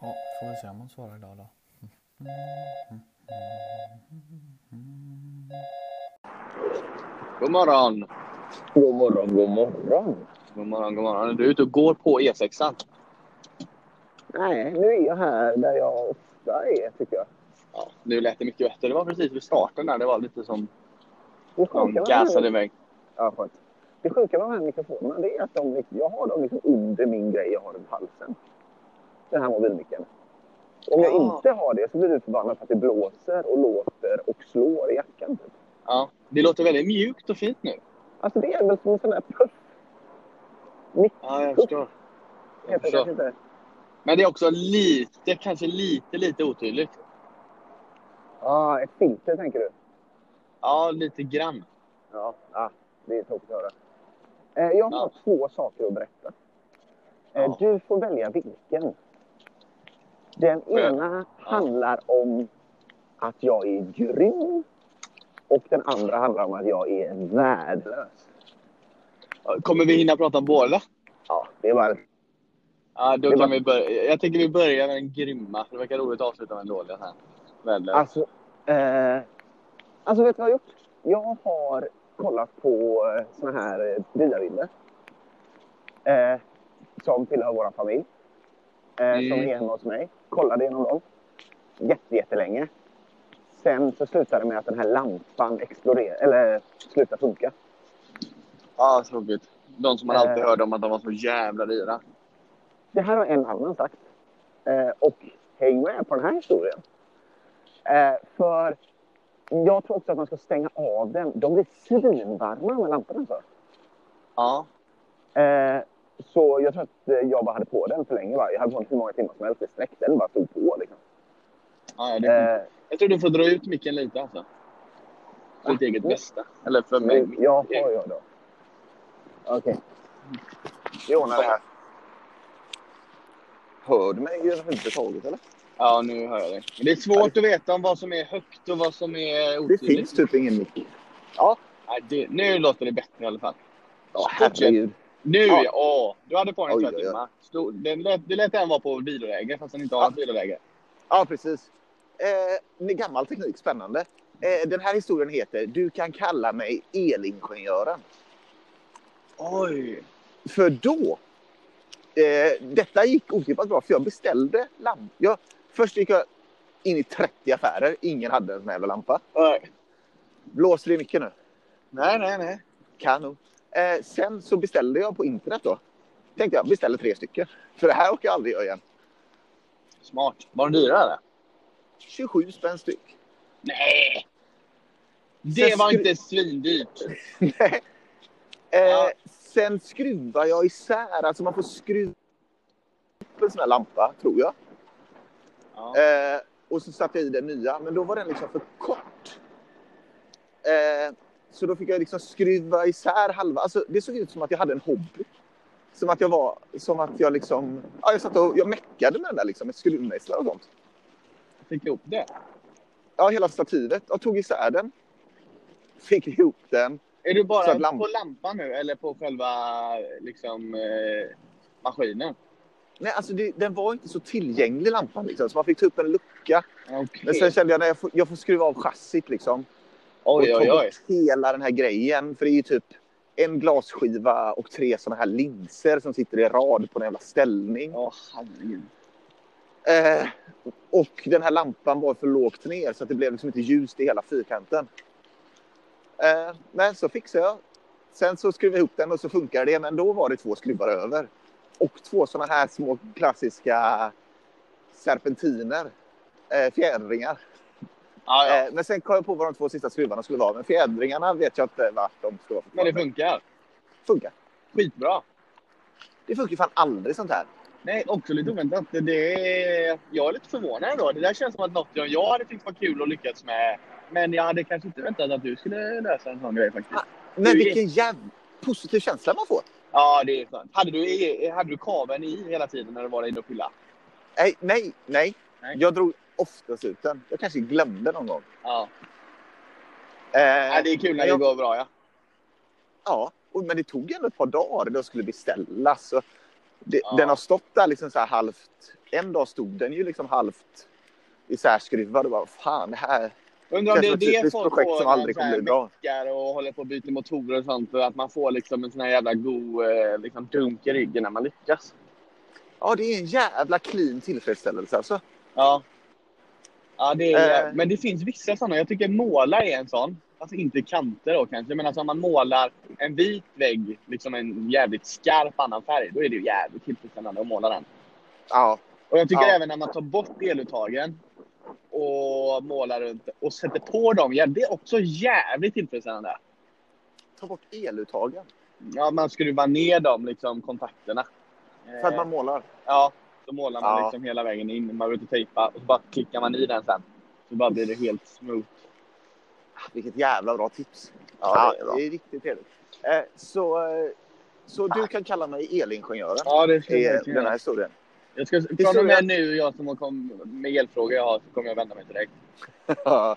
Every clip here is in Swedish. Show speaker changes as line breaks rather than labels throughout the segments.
Ja, får vi se om hon svarar idag då.
God morgon.
God morgon, god morgon.
God morgon, god morgon. Är du ute och går på E E6an?
Nej, nu är jag här där jag ofta är tycker jag.
Ja, nu lät det mycket bättre. Det var precis vid starten där. Det var lite som
Det
någon
sjuka med,
gasade
den här-
iväg.
ja, skönt. det sjuka med de här mikrofonerna det är att de, liksom- jag har dem liksom under min grej jag har runt halsen. Den här mobilmicken. Om jag
Ja.
inte har det så blir du förbannad för att det blåser och låter och slår i jackan. Typ.
Ja, det låter väldigt mjukt och fint nu.
Alltså det är väl som en sån där puff. Mitt
Ja, jag
Puff,
förstår. Jag
heter det
förstår.
kanske inte.
Men det är också lite, kanske lite, lite otydligt.
Ah, ett filter tänker du?
Ja, lite grann.
Ja, ah, det är tråkigt att höra. Eh, jag har
Ja.
två saker att berätta. Eh,
Ja.
Du får välja vilken. Den
jag-
ena handlar om att jag är grym och den andra handlar om att jag är värdelös.
Kommer vi hinna prata om båda?
Ja, det är bara...
Ja, då
Det
kan
var-
vi börja. Jag tänker vi börjar med den grymma. för Det verkar roligt att avsluta med den dåliga här. Värdelös.
Alltså, eh, alltså vet du vad jag har gjort? Jag har kollat på eh, såna här eh, diabilder. Eh, som tillhör vår familj. Eh, Som
Mm.
är hemma hos mig. Kollade igenom dem. Jätte, jättelänge. Sen så slutade det med att den här lampan exploderade, eller slutade funka.
Ja, tråkigt. De som man alltid
Eh.
hörde om att de var så jävla dyra.
Det här har en annan sagt. Eh, och häng med på den här historien. Eh, för jag tror också att man ska stänga av den. De blir svinvarma med lamporna. Så.
Ja.
Eh, så jag tror att eh, jag bara hade på den för länge. Va? Jag hade på den hur många timmar som helst i sträck. Den bara stod på. Liksom.
ja det är
Eh,
Jag tror du får dra ut micken lite alltså. För ditt eget bästa. Eller för mig.
men jag har jag då. Okej. Vi ordnar det här. Hör du mig överhuvudtaget eller?
Ja, nu hör jag dig. Men det är
Ja,
svårt att veta om vad som är högt och vad som är
Det
otydligt.
finns typ ingen mick.
Nej, det, nu låter det bättre i alla fall.
Ja, herregud.
Nu,
Ja.
ja. åh! Du hade på den i
Oj,
två
oj, oj.
timmar. Slå- Det lät, det lät den vara på viloläge, fast den inte har
Ja.
ett viloläge.
Ja, precis. Eh, med gammal teknik, spännande. Eh, den här historien heter Du kan kalla mig elingenjören.
Oj!
För då, eh, detta gick otippat bra för jag beställde lamp. Jag, först gick jag in i 30 affärer, ingen hade en sån här jävla lampa.
Oj.
Blåser det mycket nu?
Nej, nej, nej.
Kanon. Eh, sen så beställde jag på internet då. Tänkte jag, beställer tre stycken. För det här orkar jag aldrig göra igen.
Smart. Var den dyra eller?
27 spänn styck.
Nej!
Sen
Det
skru-
var inte svindyrt.
Eh,
Ja.
sen skruvar jag isär, alltså man får skruva upp en sån här lampa, tror jag.
Ja.
Eh, och så satte jag i den nya, men då var den liksom för kort. Eh, så då fick jag liksom skruva isär halva. Alltså, det såg ut som att jag hade en hobby. Som att jag var, som att jag liksom, ja, jag satt och jag meckade med den där liksom, med skruvmejslar och sånt.
Jag fick ihop det.
Ja, hela stativet. Jag tog isär den. Fick ihop den.
Är du
Så
bara
att lamp-
på lampan nu eller på själva liksom, eh, maskinen?
Nej, alltså det, den var inte så tillgänglig lampan liksom, så man fick ta upp en lucka.
Okej.
Men sen kände jag när jag får, jag får skruva av chassit liksom. och
Oj,
ta
oj, oj.
bort hela den här grejen. För det är ju typ en glasskiva och tre såna här linser som sitter i rad på en jävla ställning.
Åh, herregud.
Eh, och den här lampan var för lågt ner så att det blev liksom inte ljust i hela fyrkanten. Eh, men så fixade jag. Sen så skruvade jag ihop den och så funkar det. Men då var det två skruvar över. Och två såna här små klassiska serpentiner. Eh, fjädringar.
Ja, ja.
Eh, men sen kom jag på vad de två sista skruvarna skulle vara. Men fjädringarna vet jag inte vart de ska vara.
Men det funkar.
funkar.
Skitbra.
Det funkar ju fan aldrig sånt här.
Nej, också lite oväntat. Det- Det är... Jag är lite förvånad ändå. Det där känns som att något jag- jag hade tyckt var kul och lyckats med. Men jag hade kanske inte väntat att du skulle lösa en sån grej faktiskt.
Men
Du är-
vilken jävla positiv känsla man får.
Ja, det är skönt. Hade du, i- hade du kabeln i hela tiden när du var inne och fylla?
Nej, Eh, nej, nej.
Nej.
Jag drog oftast ut den. Jag kanske glömde någon gång.
Ja.
Eh,
Nej, det är kul när det
jag-
går bra, ja.
Ja, och- men det tog ändå ett par dagar. då skulle beställas. Så det,
Ja.
Den har stått där liksom så här halvt en dag stod den ju liksom halvt isärskruvad och bara fan det här
Undrar om
känns
det
som
är
ett
det
typiskt
folk
projekt som
när
aldrig
de
kommer
så här
bli bra.
meckar och håller på att byta motorer och sånt. För att man får liksom en sån här jävla god eh, liksom, dunk i ryggen när man lyckas.
Ja det är en jävla clean tillfredsställelse alltså.
Ja. ja det är,
Eh.
Men det finns vissa såna. Jag tycker måla är en sån. Alltså inte kanter då kanske. Men alltså om man målar en vit vägg, liksom en jävligt skarp annan färg. Då är det ju jävligt tillfredsställande att måla den.
Ja,
Och jag tycker
Ja.
även när man tar bort eluttagen och målar runt och sätter på dem. Ja, det är också jävligt tillfredsställande.
ta bort eluttagen
Ja, man skruvar ner dem, liksom, kontakterna.
för att
Eh,
man målar.
Ja, så målar man
Ja.
liksom hela vägen in. Man behöver inte tejpa. Och så bara klickar man i den sen. Så bara blir det helt smooth.
Ah, Vilket jävla bra tips.
Ja, det är bra.
det är riktigt trevligt. Eh, så, eh, så du kan kalla mig elingenjören
Ah. Ja, det ska
i
jag
eh,
verkligen
den här
göra.
historien.
Jag ska, från och med nu, jag som har kom, med hjälpfrågor jag har, så kommer jag vända mig direkt.
Ja.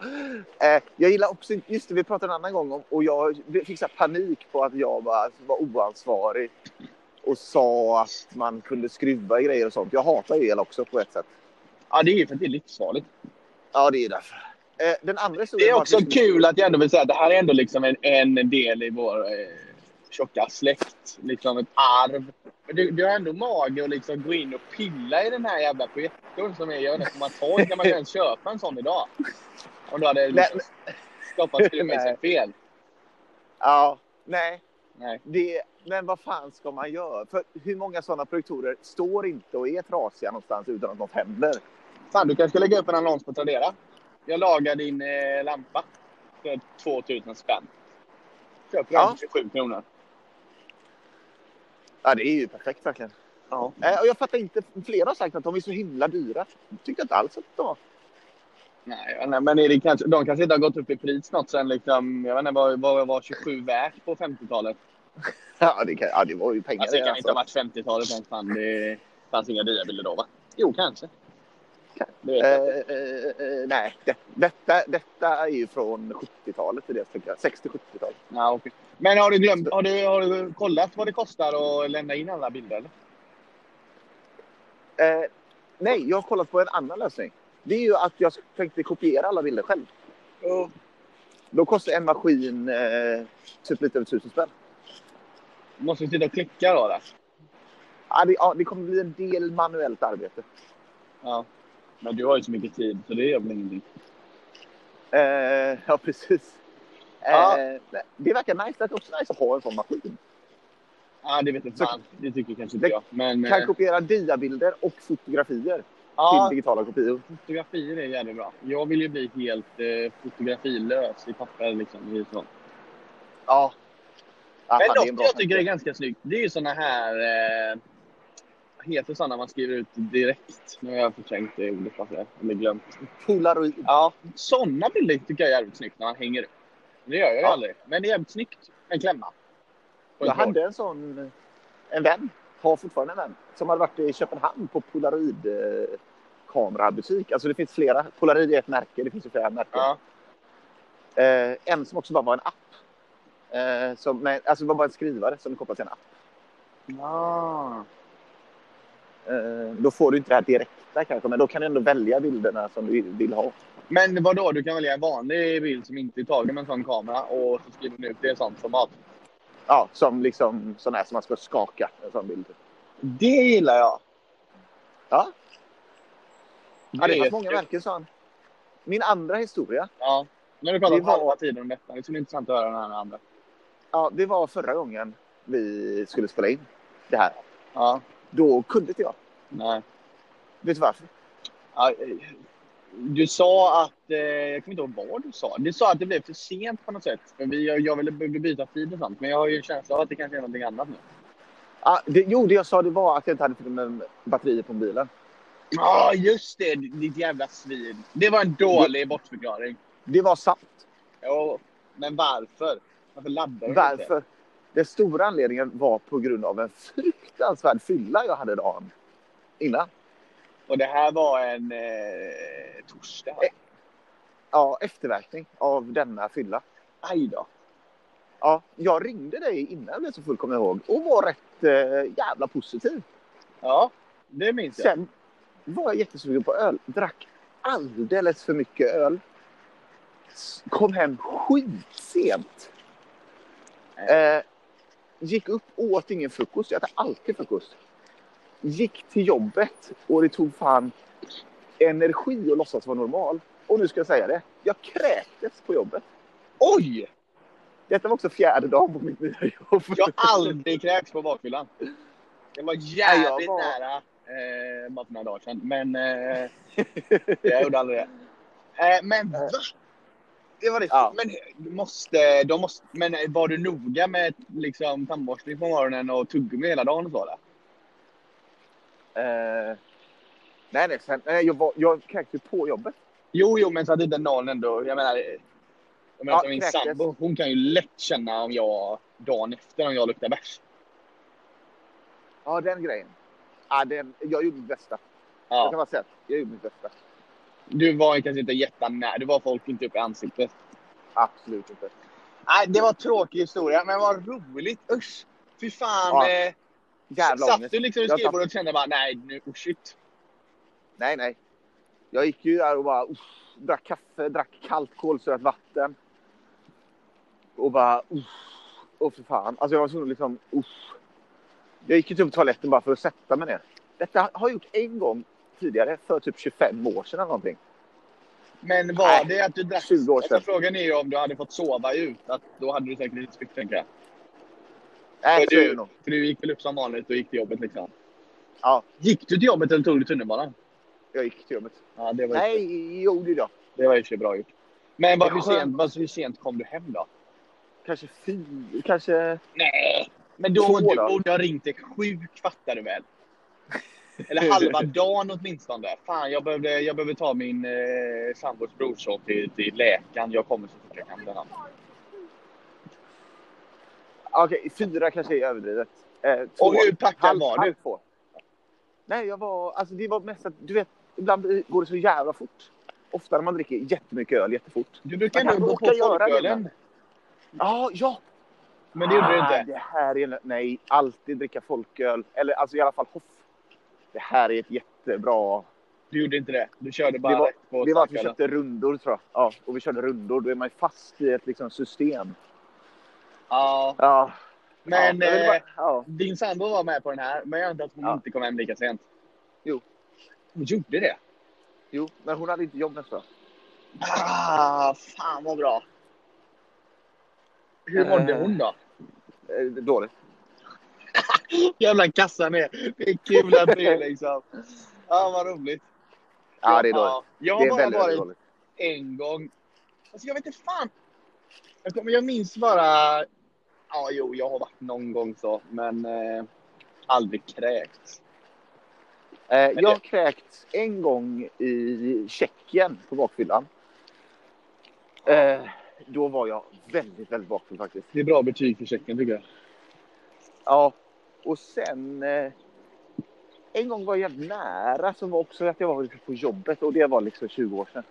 Eh, jag gillar också, just det vi pratade en annan gång om och jag fick så här panik på att jag var, var oansvarig och sa att man kunde skruva i grejer och sånt. Jag hatar ju el också på ett sätt.
Ja, det är ju för att det är livsfarligt.
Ja, det är därför. Eh, den andra
Det
historien
är
var
också
att vi skulle-
kul att jag ändå vill säga att det här är ändå liksom en, en del i vår eh, tjocka släkt. Liksom ett arv. Men du, du har ändå mage att liksom gå in och pilla i den här jävla projektorn som är, jag vet inte, får man ta Kan man ens köpa en sån idag? Om du hade liksom skapat skruvmejseln fel.
Ja, nej.
Nej.
Det, men vad fan ska man göra? För hur många sådana projektorer står inte och är trasiga någonstans utan att något händer?
Fan, du kanske ska lägga upp en annons på Tradera. Jag lagar din eh, lampa för 2000 spänn. Köper den
Ja.
för 27 kronor.
Ja, det är ju perfekt verkligen.
Ja.
Eh, och jag fattar inte, flera har sagt att de är så himla dyra. Jag tyckte inte alls att de var.
Nej, jag vet inte, men är det kanske, de kanske inte har gått upp i pris något sen liksom, jag vet inte, vad, vad var 27 värt på 50-talet?
Ja, det, kan, ja, det var ju pengar.
Alltså det kan inte
alltså.
ha varit 50-talet ens, fan det fanns inga diabilder då va? Jo, kanske. Det vet jag.
Eh, eh, eh, nej, det, detta, detta är ju från 70-talet. i det tycker jag. 60-70-talet.
Ja, okej. Men har du, glömt, har, du, har du kollat vad det kostar att lämna in alla bilder? Eller?
Eh, nej, jag har kollat på en annan lösning. Det är ju att jag tänkte kopiera alla bilder själv. Då kostar en maskin eh, typ lite över tusen spänn.
Du måste ju sitta och klicka då. Där.
Ja, det, ja, det kommer bli en del manuellt arbete.
Ja. Men du har ju så mycket tid så det gör väl ingenting.
Eh, ja, precis. Eh,
Ja.
nej, Det verkar nice. Det verkar också nice att ha en sån maskin.
Ja, det vet jag fan. Det tycker kanske inte
Det-
jag. Men
Kan
eh,
kopiera diabilder och fotografier
ja,
till digitala kopior.
fotografier är jävligt bra. Jag vill ju bli helt eh, fotografilös i papper liksom. I sånt.
Ja. Ja, fan, det är
Men
en
något
bra
jag
tanke.
tycker är ganska snyggt, det är ju såna här... Eh, vad heter såna man skriver ut direkt? Nu har jag förträngt det ordet, varför jag- eller glömt.
Polaroid.
Ja, såna bilder tycker jag är jävligt snyggt när man hänger upp. Det gör jag ju
Ja.
aldrig, men det är jävligt snyggt. En klämma. På ett
Jag
blad.
hade en sån, en vän, har fortfarande en vän, som hade varit i Köpenhamn på Polaroid eh, kamerabutik. Alltså det finns flera. Polaroid är ett märke, det finns ju flera märken.
Ja.
Eh, en som också bara var en app. Eh, som, men, alltså det var bara en skrivare som är kopplad till en app. Ah.
Ja.
Eh, då får du inte det här direkta kanske, men då kan du ändå välja bilderna som du vill ha.
Men vadå, du kan välja en vanlig bild som inte är tagen med en sån kamera och så skriver du ut det i sånt format.
Ja, som liksom sån här som man ska skaka. En sån bild.
Det gillar jag.
Ja.
Det
Ja, det
är
fanns många
jättekul.
märken, sa han. Min andra historia,
Ja. Nu har du pratat
Det var-
halva tiden om detta. Det skulle vara intressant att höra den här andra.
ja, det var förra gången vi skulle spela in det här.
Ja.
Då kunde inte jag.
Nej.
Vet du varför?
Ja, eh, Du sa att, eh, jag kommer inte ihåg vad du sa. Du sa att det blev för sent på något sätt. För vi, jag ville by- byta tid och sånt. Men jag har ju en känsla av att det kanske är någonting annat nu.
Ja, Ah, det, jo, det jag sa det var att jag inte hade fått med batterier på bilen.
Ja, just det! Ditt jävla svin. Det var en dålig bortförklaring.
Det var sant.
Jo, men varför? Varför laddar du inte?
Varför? Den stora anledningen var på grund av en fruktansvärd fylla jag hade dagen innan.
Och det här var en eh, torsdag.
Eh. Ja, efterverkning av denna fylla.
Aj då.
Ja, jag ringde dig innan jag blev så full, kommer jag ihåg, och var rätt eh, jävla positiv.
Ja, det minns jag.
Sen, var jag jättesugen på öl. Drack alldeles för mycket öl. S- Kom hem skitsent. Eh, gick upp, åt ingen frukost. Jag äter alltid frukost. Gick till jobbet och det tog fan energi att låtsas vara normal. Och nu ska jag säga det. Jag kräktes på jobbet.
Oj!
Detta var också fjärde dagen på mitt nya jobb.
Jag har aldrig kräkts på bakfyllan. Det var
Nej,
jävligt
jag var-
nära eh, bara för några dagar sedan. Men eh, jag gjorde aldrig det. Eh, men va? Det var det.
Ja.
Men, eh, du måste, de måste, men eh, var du noga med liksom, tandborstning på morgonen och tuggummi hela dagen? Och så, eller?
Eh, nej, nej, sen, nej jag, var, jag kräktes på jobbet.
Jo, jo, men så att inte någon ändå... Jag menar, jag menar
Ja,
som min
kräktes.
sambo, hon kan ju lätt känna om jag dagen efter om jag luktar bärs.
Ja, den grejen. Ja, den, jag gjorde mitt bästa. Jag
Ja.
kan bara säga att jag gjorde mitt bästa.
Du var kanske inte jättenära, du var folk inte upp i ansiktet.
Absolut inte.
Nej, det var en tråkig historia, men vad roligt. Usch! Fy fan.
Ja,
eh,
Jävla
satt
ångest.
du liksom vid
Jag satt-
skrivbordet och kände bara nej, nu, oh shit.
Nej, nej. Jag gick ju där och bara uff, drack kaffe, drack kallt kolsyrat vatten. Och bara uff, och för fan. Alltså jag var så liksom uff. Jag gick ju typ på toaletten bara för att sätta mig ner. Detta har jag gjort en gång tidigare för typ 25 år sedan eller någonting.
Men var
Nej,
det att du drack...
20 år
Alltså,
sedan.
frågan är ju om du hade fått sova ut. Att då hade du säkert inte spytt, tänker jag.
Nej,
Men
så är det nog.
För du gick väl upp som vanligt och gick till jobbet liksom.
Ja.
Gick du till jobbet eller tog du tunnelbanan?
Jag gick till jobbet.
Ja, det var,
Nej, jo det gjorde jag.
det var i och för sig bra gjort. Men vad,
Det är
hur,
skönt.
sent, vad, hur sent kom du hem då?
Kanske fyra, kanske...
Nej! Men då
Två
du
då?
borde ha ringt dig sjuk, fattar du väl? Eller halva dagen åtminstone. Fan, jag behöver, jag behöver ta min eh, sambos brorson till, till läkaren. Jag kommer så fort jag kan. Denna.
Okej, fyra kanske är överdrivet. Eh, två.
Och hur packad
Halv-
var
halv
du?
två. Nej, jag var... Alltså det var mest att... Du vet, ibland går det så jävla fort. Ofta när man dricker jättemycket öl jättefort.
Du brukar
Man
ändå gå
kanske
på
orkar göra det
folkölen.
Ah, ja,
Men det gjorde du
Ah,
inte.
Det här är... Nej, alltid dricka folköl. Eller alltså i alla fall hoff. Det här är ett jättebra...
Du gjorde inte det. Du körde bara
Det var-
rätt på
Det var att vi
starkölen.
köpte rundor, tror jag. Ja, och vi körde rundor. Då är man ju fast i ett liksom, system.
Ja,
Ja.
men...
ja, jag vill bara-
eh,
ja.
Din sambo var med på den här, men jag antar att hon
Ja.
inte kom hem lika sent.
Jo.
Hon gjorde det?
Jo, men hon hade inte jobb nästa.
Ah, fan vad bra. Hur mådde
Eh.
hon då?
Eh, Dåligt.
Jävla kassan är. Det är kul att det är liksom. Ja, vad roligt.
Ja, det är dåligt.
Ja, jag har
Det är
bara
väldigt, väldigt
varit
dåligt.
en gång. Alltså jag vet inte fan. Jag, kommer, jag minns bara. Ja, jo, jag har varit någon gång så, men eh, aldrig kräkts.
Eh, jag har kräkts en gång i Tjeckien på bakfyllan. Eh, då var jag väldigt, väldigt bakfull faktiskt.
Det är bra betyg för checken tycker jag.
Ja, och sen... Eh, en gång var jag jävligt nära som var också att jag var på jobbet och det var liksom 20 år sedan.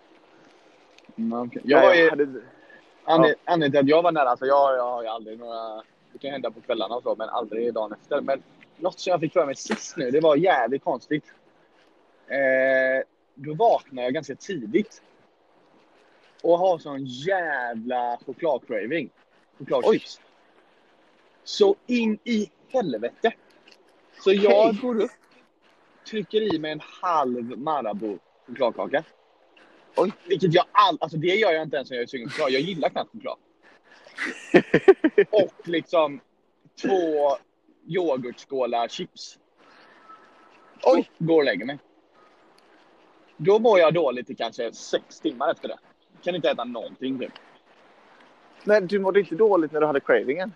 Eh,
Mm, okej. Jag var ju,
hade,
Anled- Anledningen till att jag var nära, alltså jag, jag har ju aldrig några... Det kan hända på kvällarna och så, men aldrig dagen efter. Men något som jag fick för mig sist nu, det var jävligt konstigt. Eh, då vaknade jag ganska tidigt. Och har sån jävla chokladcraving. Chokladchips. Så in i helvete! Så jag
Hej.
går upp, trycker i mig en halv Marabou chokladkaka.
Oj.
Vilket jag all, alltså det gör jag inte ens när jag är sugen på choklad. Jag gillar knappt choklad. Och liksom två yoghurtskålar chips.
Oj.
Och Går och lägger mig. Då mår jag dåligt i kanske sex timmar efter det. Kan inte äta någonting typ.
men du mådde inte dåligt när du hade cravingen.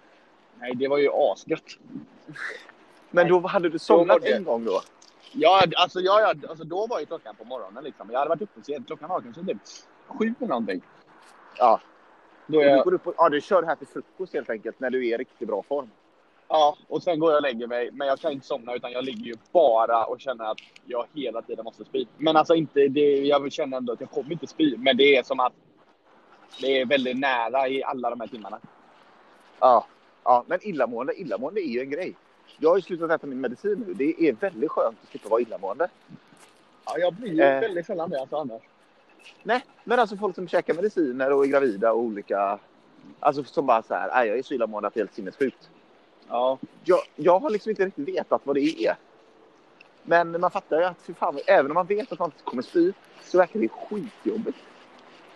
Nej, det var ju asgött.
Men då hade du somnat
mådde jag.
en gång då?
Ja, alltså, ja, ja, alltså då var ju klockan på morgonen liksom. Jag hade varit uppe sent. Klockan var kanske typ sju eller någonting.
Ja.
Då är
Du,
jag,
går upp och, ja, du kör det här till frukost helt enkelt när du är i riktigt bra form.
ja, och sen går jag och lägger mig. Men jag kan inte somna utan jag ligger ju bara och känner att jag hela tiden måste spy. Men alltså inte, det, jag känner ändå att jag kommer inte spy. Men det är som att det är väldigt nära i alla de här timmarna.
Ja, ja men illamående, illamående är ju en grej. Jag har ju slutat äta min medicin nu. Det är väldigt skönt att slippa vara illamående.
Ja, jag blir ju
Eh.
väldigt sällan det alltså, annars.
Nej, men alltså folk som käkar mediciner och är gravida och olika... Alltså som bara så här, "Aj, jag är så illamående att det är helt sinnessjukt.
Ja.
Jag, jag har liksom inte riktigt vetat vad det är. Men man fattar ju att fy fan, även om man vet att man inte kommer spy så verkar det skitjobbigt.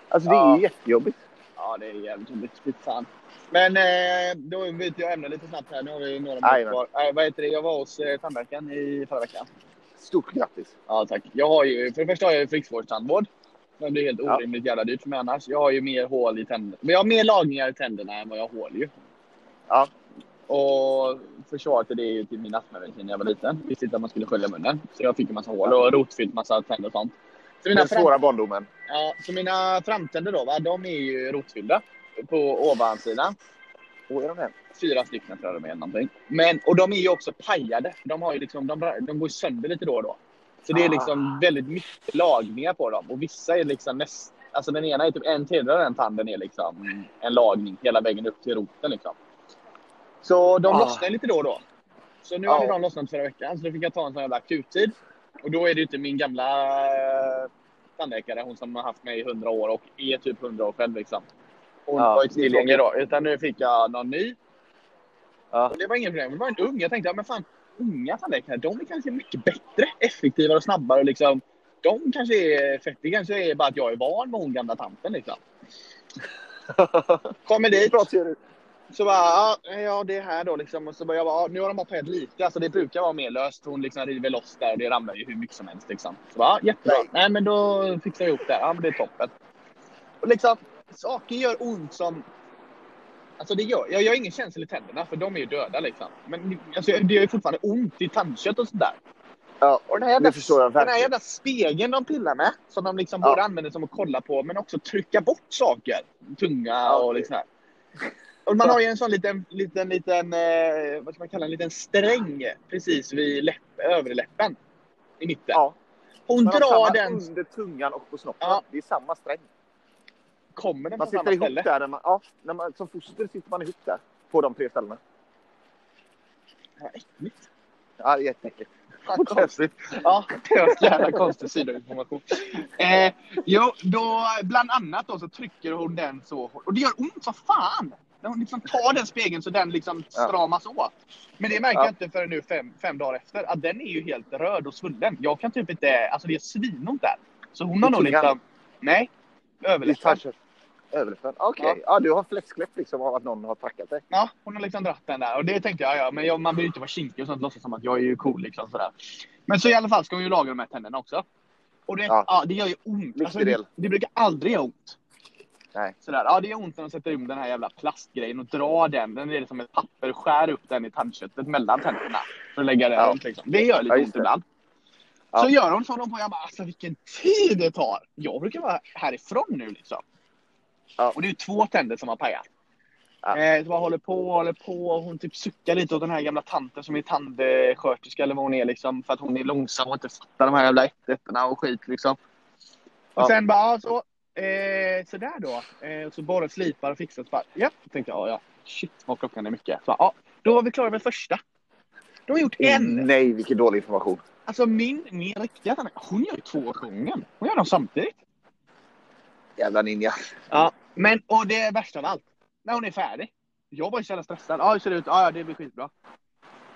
Alltså det
Ja.
är jättejobbigt.
ja, det är jävligt jobbigt. Fy fan. Men eh, då byter jag ämne lite snabbt här. Nu har vi några minuter
Jajamän.
kvar. Eh, vad heter det? Jag var hos eh, tandläkaren i förra veckan.
Stort grattis!
Ja, tack. Jag har ju, för det första har jag ju friskvårdstandvård. Men det är helt
Ja.
orimligt jävla dyrt för mig annars. Jag har ju mer hål i tänderna. Men jag har mer lagningar i tänderna än vad jag har hål ju.
Ja.
Och försvaret till det är ju till min astmamedicin när jag var liten. Visste inte att man skulle skölja munnen. Så jag fick en massa hål och rotfyllt massa tänder och sånt. Så mina,
Den
fram,
svåra barndomen.
ja, så mina framtänder då, va? de är ju rotfyllda. På ovansidan.
Och är de det?
Fyra stycken tror jag de är. eller Någonting. Men, och de är ju också pajade. De, har ju liksom, de, de går ju sönder lite då och då. Så det är
Ah.
liksom väldigt mycket lagningar på dem. Och vissa är liksom näst, alltså den ena är typ en tredjedel av den tanden är liksom en lagning hela vägen upp till roten. Liksom. Så de
Ah.
lossnar lite då och då. Så nu hade
Ja.
de lossnat förra veckan. Så då fick jag ta en sån jävla akuttid. Och då är det ju inte min gamla eh, tandläkare, hon som har haft mig i 100 år och är typ 100 år själv. Liksom. Hon
Ja,
var ju
det är
tillgänglig då. Utan nu fick jag någon ny.
Ja.
Och Det var inget problem. Det var en ung. Jag tänkte, ja, men fan, unga tandläkare, de är kanske mycket bättre, effektivare och snabbare. Och liksom, de kanske är fett. Det kanske är bara att jag är van med hon gamla tanten. Liksom. Kommer dit,
Bra teori.
så bara, ja, ja det är här då liksom. Och så bara, jag bara, ja, nu har de bara pajat lite. Alltså det brukar vara mer löst. Hon liksom river loss där och det ramlar ju hur mycket som helst liksom. Så bara, ja, jättebra.
Nej.
Nej men då fixar vi ihop det här. Ja men det är toppen. Och liksom, saker gör ont som... Alltså det gör, jag gör ingen känsla i tänderna för de är ju döda liksom. Men alltså, det gör ju fortfarande ont i tandkött och sådär.
Ja,
Och den här, jävla,
det förstår jag
den här
verkligen.
jävla spegeln de pillar med, som de liksom
Ja.
både använder som att kolla på, men också trycka bort saker. Tunga
Ja,
och
det-
liksom här. Och man har ju en sån liten, liten, liten, eh, vad ska man kalla en liten sträng precis vid läpp, överläppen. I mitten.
Ja.
Hon
Man har samma
drar den,
under tungan och på snoppen.
Ja.
Det är samma sträng.
kommer den på
Man
samma
sitter ihop
ställe?
där. När man, ja, när man, som foster sitter man ihop där. På de tre ställena.
Ja, äckligt.
Ja, jätteäckligt.
Fan, konstigt. Ja, det var så jävla konstig sidoinformation. Eh, jo, då, bland annat då så trycker hon den så hårt. Och det gör ont som fan! När hon liksom tar den spegeln så den liksom
Ja.
stramas åt. Men det märker
Ja.
jag inte förrän nu fem, fem dagar efter. Att den är ju helt röd och svullen. Jag kan typ inte... Alltså det är svinont där. Så hon har
I
nog
tungan?
liksom... Nej. Överläppen.
Överläppen. Okej.
Ja.
Ja. du har fläskkläpp liksom av att någon har tackat dig.
Ja, hon har liksom dratt den där. Och det tänkte jag, ja, men jag, man vill ju inte vara kinkig och sånt. Låtsas som att jag är ju cool liksom sådär. Men så i alla fall ska hon ju laga de här tänderna också. Och det, ja.
Ja.
det gör ju ont.
Viktig
Alltså, det,
del.
det brukar aldrig göra ont.
Nej.
Sådär. Ja, det gör ont när de sätter in den här jävla plastgrejen och drar den. Den är som ett papper och skär upp den i tandköttet mellan tänderna. För att lägga den
Ja.
runt liksom. Det gör lite
Ja, just
ont
det.
ibland.
Ja.
Så gör hon så de på. Jag bara, alltså vilken tid det tar. Jag brukar vara härifrån nu liksom.
Ja.
Och det är ju två tänder som har pajat.
Ja.
Eh, så bara håller på håller på. Och hon typ suckar lite åt den här gamla tanten som är tandsköterska eller vad hon är liksom. För att hon är långsam och inte fattar de här jävla ätterna och skit liksom. Och
Ja.
sen bara, ja, så. Eh, sådär då. Eh, och så bara slipar och fixar. Så bara, ja, tänkte jag. Ja, ja. Shit vad klockan är mycket. Så bara, ja, då var vi klara med första. De har gjort en.
Mm, Nej, vilken dålig information.
Alltså min, min riktiga tandläkare, hon gör ju två åt gången. Hon gör dem samtidigt.
Jävla ninja.
Ja. Men, och det är värsta av allt, när hon är färdig. Jag var ju så jävla stressad. Ja, hur ser det ut? Ja, ja, det blir skitbra.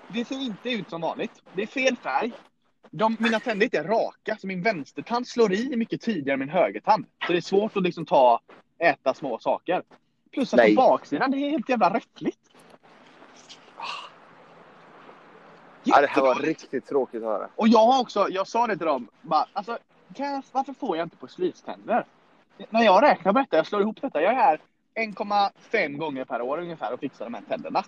Det ser inte ut som vanligt. Det är fel färg. De, mina tänder är inte raka, så min vänstertand slår i mycket tidigare än min högertand. Så det är svårt att liksom ta, äta små saker. Plus att
Nej.
på baksidan, det är helt jävla räffligt.
Ja, det här var riktigt tråkigt att höra.
Och jag har också, jag sa det till dem, bara, alltså, kan jag, varför får jag inte porslinständer? När jag räknar på detta, jag slår ihop detta, jag är här 1,5 gånger per år ungefär och fixar de här tänderna.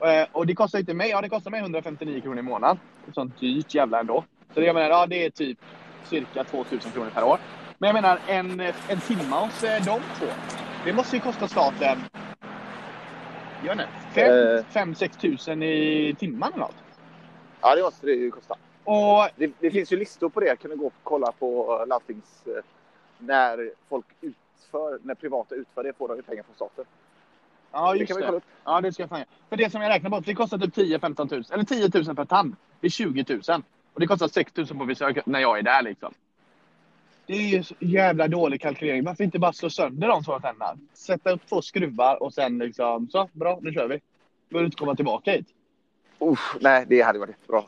Eh, Och det kostar inte mig, ja det kostar mig 159 kronor i månaden. Det är Sånt dyrt jävla ändå. Så det jag menar, ja det är typ cirka 2000 kronor per år. Men jag menar en, en timme hos eh, de två. Det måste ju kosta staten, jag vet
Eh.
inte, 5-6 tusen i timmen eller något.
Ja, det måste det ju kosta.
Och
Det, det finns ju listor på det. Jag kunde gå och kolla på eh, landstings... eh, När folk utför, när privata utför det får de ju pengar från staten.
Ja,
det
just
kan vi
det.
kolla upp.
Ja, det ska jag fan göra. För det som jag räknar bort, det kostar typ 10-15 000. Eller 10 000 per tand. Det är 20 000. Och det kostar 6 000 på besök när jag är där liksom. Det är ju så jävla dålig kalkylering. Varför inte bara slå sönder de två tänderna? Sätta upp två skruvar och sen liksom så, bra, nu kör vi. Behöver inte komma tillbaka hit.
Usch, nej, det hade varit jättebra.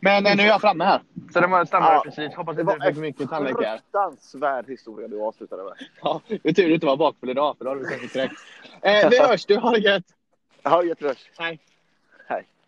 Men eh, nu är jag framme här. Så det var stannar
Ja.
precis. Hoppas
Det
inte det
var
blir för mycket
en
tandläkare.
fruktansvärd historia du avslutade med.
Ja, det är tur du inte var bakfull idag, för då hade vi säkert kräkts. Eh, vi hörs du, ha det gött!
Ja, jättebra.
Hej.
Hej.